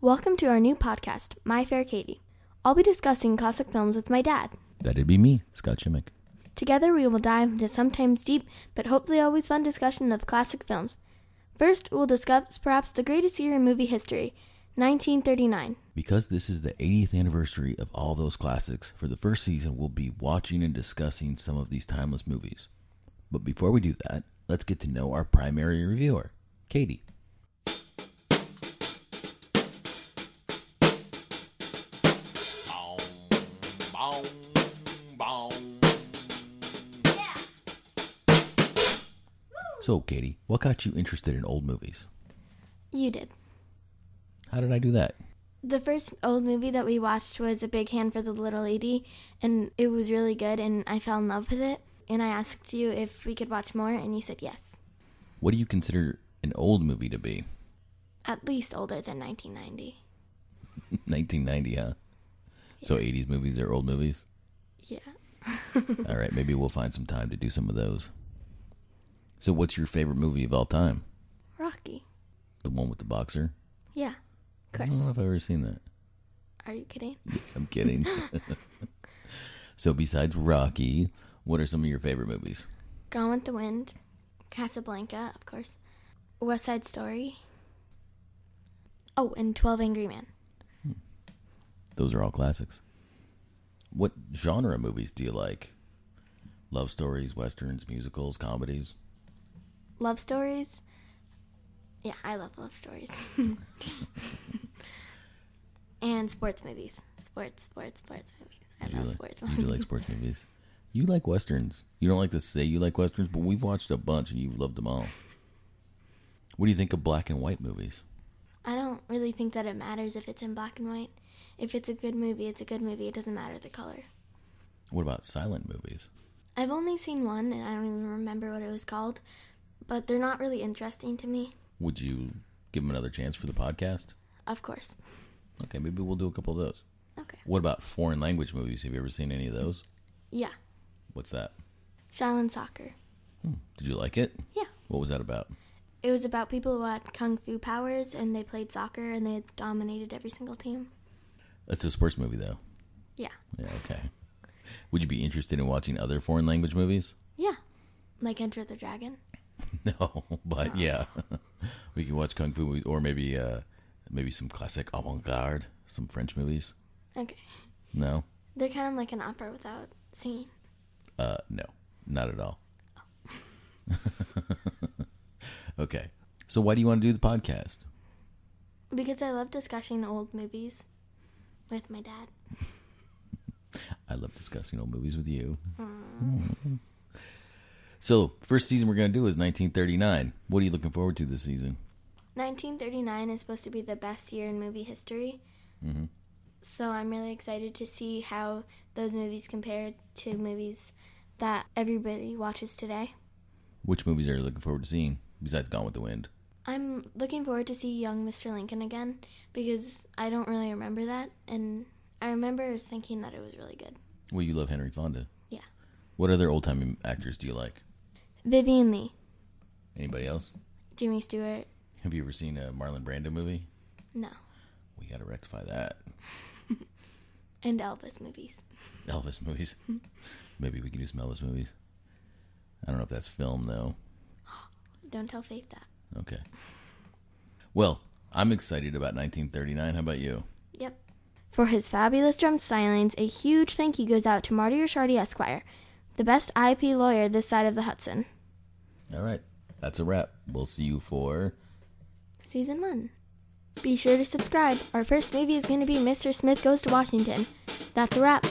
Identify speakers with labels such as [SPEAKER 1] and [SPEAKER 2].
[SPEAKER 1] Welcome to our new podcast, My Fair Katie. I'll be discussing classic films with my dad.
[SPEAKER 2] That'd be me, Scott Schimmick.
[SPEAKER 1] Together, we will dive into sometimes deep but hopefully always fun discussion of classic films. First, we'll discuss perhaps the greatest year in movie history, 1939.
[SPEAKER 2] Because this is the 80th anniversary of all those classics, for the first season we'll be watching and discussing some of these timeless movies. But before we do that, let's get to know our primary reviewer, Katie. So, Katie, what got you interested in old movies?
[SPEAKER 1] You did.
[SPEAKER 2] How did I do that?
[SPEAKER 1] The first old movie that we watched was A Big Hand for the Little Lady, and it was really good, and I fell in love with it. And I asked you if we could watch more, and you said yes.
[SPEAKER 2] What do you consider an old movie to be?
[SPEAKER 1] At least older than 1990.
[SPEAKER 2] 1990, huh? So, 80s movies are old movies?
[SPEAKER 1] Yeah.
[SPEAKER 2] All right, maybe we'll find some time to do some of those. So, what's your favorite movie of all time?
[SPEAKER 1] Rocky.
[SPEAKER 2] The one with the boxer?
[SPEAKER 1] Yeah. Of
[SPEAKER 2] I don't
[SPEAKER 1] course.
[SPEAKER 2] know if I've ever seen that.
[SPEAKER 1] Are you kidding?
[SPEAKER 2] I'm kidding. so, besides Rocky, what are some of your favorite movies?
[SPEAKER 1] Gone with the Wind, Casablanca, of course, West Side Story. Oh, and 12 Angry Men.
[SPEAKER 2] Those are all classics. What genre movies do you like? Love stories, westerns, musicals, comedies?
[SPEAKER 1] Love stories. Yeah, I love love stories. and sports movies. Sports, sports, sports movies. I
[SPEAKER 2] You
[SPEAKER 1] love
[SPEAKER 2] like-
[SPEAKER 1] sports
[SPEAKER 2] You do
[SPEAKER 1] movies.
[SPEAKER 2] like sports movies. You like westerns. You don't like to say you like westerns, but we've watched a bunch and you've loved them all. What do you think of black and white movies?
[SPEAKER 1] I don't really think that it matters if it's in black and white. If it's a good movie, it's a good movie. It doesn't matter the color.
[SPEAKER 2] What about silent movies?
[SPEAKER 1] I've only seen one, and I don't even remember what it was called, but they're not really interesting to me,
[SPEAKER 2] Would you give them another chance for the podcast?
[SPEAKER 1] of course.
[SPEAKER 2] Okay, maybe we'll do a couple of those.
[SPEAKER 1] Okay.
[SPEAKER 2] What about foreign language movies? Have you ever seen any of those?
[SPEAKER 1] Yeah.
[SPEAKER 2] What's that?
[SPEAKER 1] Shaolin Soccer.
[SPEAKER 2] Did you like it?
[SPEAKER 1] Yeah.
[SPEAKER 2] What was that about?
[SPEAKER 1] It was about people who had kung fu powers and they played soccer and they dominated every single team.
[SPEAKER 2] It's a sports movie, though.
[SPEAKER 1] Yeah.
[SPEAKER 2] Yeah, okay. Would you be interested in watching other foreign language movies?
[SPEAKER 1] Yeah. Like Enter the Dragon.
[SPEAKER 2] No, but yeah, we can watch kung fu movies, or maybe uh, maybe some classic avant-garde, some French movies.
[SPEAKER 1] Okay.
[SPEAKER 2] No,
[SPEAKER 1] They're kind of like an opera without singing.
[SPEAKER 2] uh, no, not at all. okay, so why do you want to do the podcast?
[SPEAKER 1] Because I love discussing old movies with my dad.
[SPEAKER 2] I love discussing old movies with you. So, first season we're going to do is 1939. What are you looking forward to this season?
[SPEAKER 1] 1939 is supposed to be the best year in movie history. So I'm really excited to see how those movies compare to movies that everybody watches today.
[SPEAKER 2] Which movies are you looking forward to seeing besides Gone with the Wind?
[SPEAKER 1] I'm looking forward to see young Mr. Lincoln again because I don't really remember that and I remember thinking that it was really good.
[SPEAKER 2] Well, you love Henry Fonda.
[SPEAKER 1] Yeah.
[SPEAKER 2] What other old time actors do you like?
[SPEAKER 1] Vivian Lee,
[SPEAKER 2] Anybody else?
[SPEAKER 1] Jimmy Stewart.
[SPEAKER 2] Have you ever seen a Marlon Brando movie?
[SPEAKER 1] No.
[SPEAKER 2] We got to rectify that.
[SPEAKER 1] And Elvis movies.
[SPEAKER 2] Elvis movies. Maybe we can do some Elvis movies. I don't know if that's film, though.
[SPEAKER 1] Don't tell Faith that.
[SPEAKER 2] Okay. Well, I'm excited about 1939. How about you?
[SPEAKER 1] Yep. For his fabulous drum stylings, a huge thank you goes out to Marty Ricciardi Esquire, the best IP lawyer this side of the Hudson.
[SPEAKER 2] All right. That's a wrap. We'll see you for.
[SPEAKER 1] Season 1. Be sure to subscribe. Our first movie is going to be Mr. Smith Goes to Washington. That's a wrap.